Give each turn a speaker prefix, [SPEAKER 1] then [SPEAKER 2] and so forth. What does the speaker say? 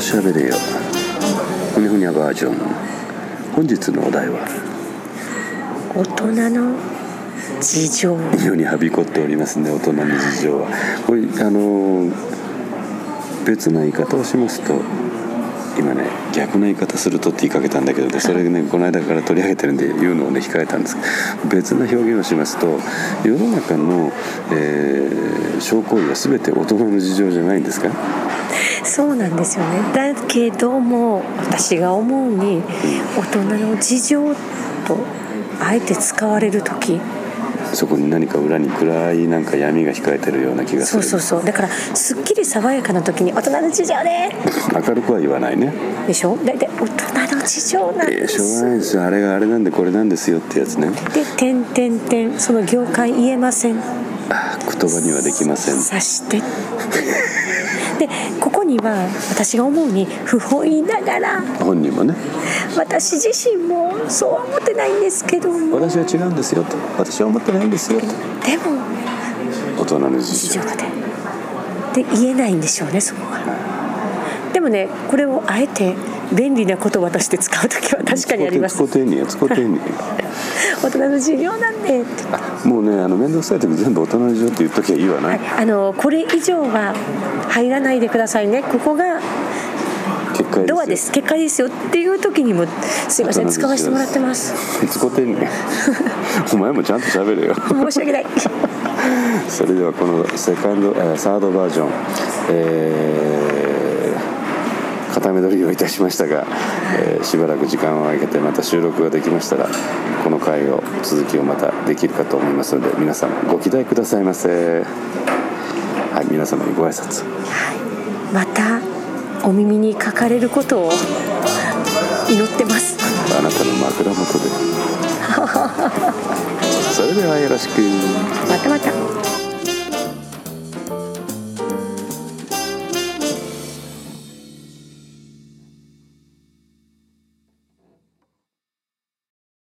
[SPEAKER 1] しゃべれよふにゃふにゃバージョン本日のお題は
[SPEAKER 2] 大人の事情
[SPEAKER 1] 非常にはびこっておりますね大人の事情はこれあの別な言い方をしますと今ね逆な言い方するとって言いかけたんだけどねそれねこの間から取り上げてるんで言うのをね控えたんですけど別な表現をしますと世の中の、えー、証拠は全て大人の事情じゃないんですか
[SPEAKER 2] そうなんですよねだけども私が思うに大人の事情とあえて使われる時
[SPEAKER 1] そこに何か裏に暗いなんか闇が控えてるような気がす
[SPEAKER 2] そ
[SPEAKER 1] る
[SPEAKER 2] うそうそうだからすっきり爽やかな時に「大人の事情ね
[SPEAKER 1] 明るくは言わないね」
[SPEAKER 2] でしょ大体大人の事情なん
[SPEAKER 1] え
[SPEAKER 2] で
[SPEAKER 1] ーしょう
[SPEAKER 2] す
[SPEAKER 1] がないですよあれがあれなんでこれなんですよってやつね
[SPEAKER 2] で「てんてんてん」その業界言えません
[SPEAKER 1] あー言葉にはできません
[SPEAKER 2] 察してでここには私が思うに不本意ながら
[SPEAKER 1] 本人もね
[SPEAKER 2] 私自身もそうは思ってないんですけども
[SPEAKER 1] 私は違うんですよと私は思ってないんですよと
[SPEAKER 2] でも
[SPEAKER 1] 大人の
[SPEAKER 2] 事
[SPEAKER 1] 事情
[SPEAKER 2] 情でで言えないんでしょうねそこがでもねこれをあえて便利な言葉として使う時は確かにあります
[SPEAKER 1] 使うてんねや使うてん ねや
[SPEAKER 2] 大人の授業なんでって
[SPEAKER 1] あもうねあの面倒くさい時全部大人の事情って言っときゃいいわな、
[SPEAKER 2] はいあのこれ以上は入らないでくださいねここが
[SPEAKER 1] 結果ですよ
[SPEAKER 2] ドアです結果ですよっていう時にもすいません
[SPEAKER 1] 大人の事情
[SPEAKER 2] 使わせてもらってます
[SPEAKER 1] 使うてんね やお前もちゃんと喋れよ
[SPEAKER 2] 申し訳ない
[SPEAKER 1] それではこのセカンドえーサードバージョン、えー固め撮りをいたしましたが、えーしばらく時間を空けてまた収録ができましたらこの回を続きをまたできるかと思いますので皆さんご期待くださいませはい皆様にご挨拶
[SPEAKER 2] またお耳にかかれることを祈ってます
[SPEAKER 1] あなたの枕元でそれではよろしく
[SPEAKER 2] またまた